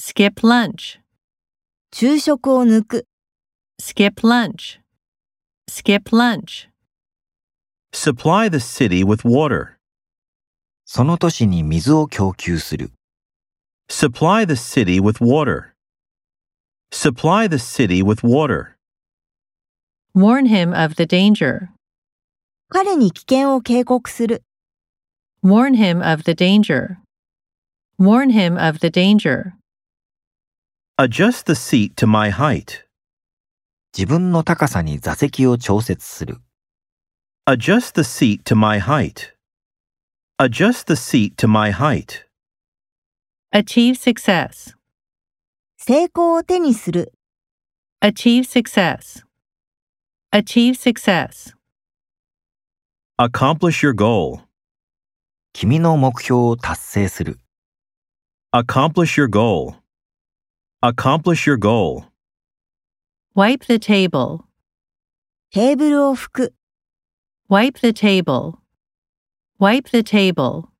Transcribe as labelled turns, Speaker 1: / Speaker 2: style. Speaker 1: skip lunch,
Speaker 2: 昼食を抜く、
Speaker 1: skip lunch, skip lunch,
Speaker 3: Supply the city with water.
Speaker 4: その都市に水を供給する。
Speaker 3: Supply the city with water. Supply the city with water.
Speaker 1: warn him of the danger,
Speaker 2: 彼に危険を警告する、
Speaker 1: warn him of the danger, warn him of the danger,
Speaker 3: Adjust the seat to my height.
Speaker 4: 自分の高さに座席を調節する。
Speaker 3: Adjust the seat to my height. Adjust the seat to my height.
Speaker 1: achieve success,
Speaker 2: 成功を手にする、
Speaker 1: achieve success, achieve success,
Speaker 3: Accomplish your goal.
Speaker 4: 君の目標を達成する。
Speaker 3: Accomplish your goal. Accomplish your goal.
Speaker 1: wipe the table,
Speaker 2: テーブルを拭く。
Speaker 1: wipe the table, wipe the table.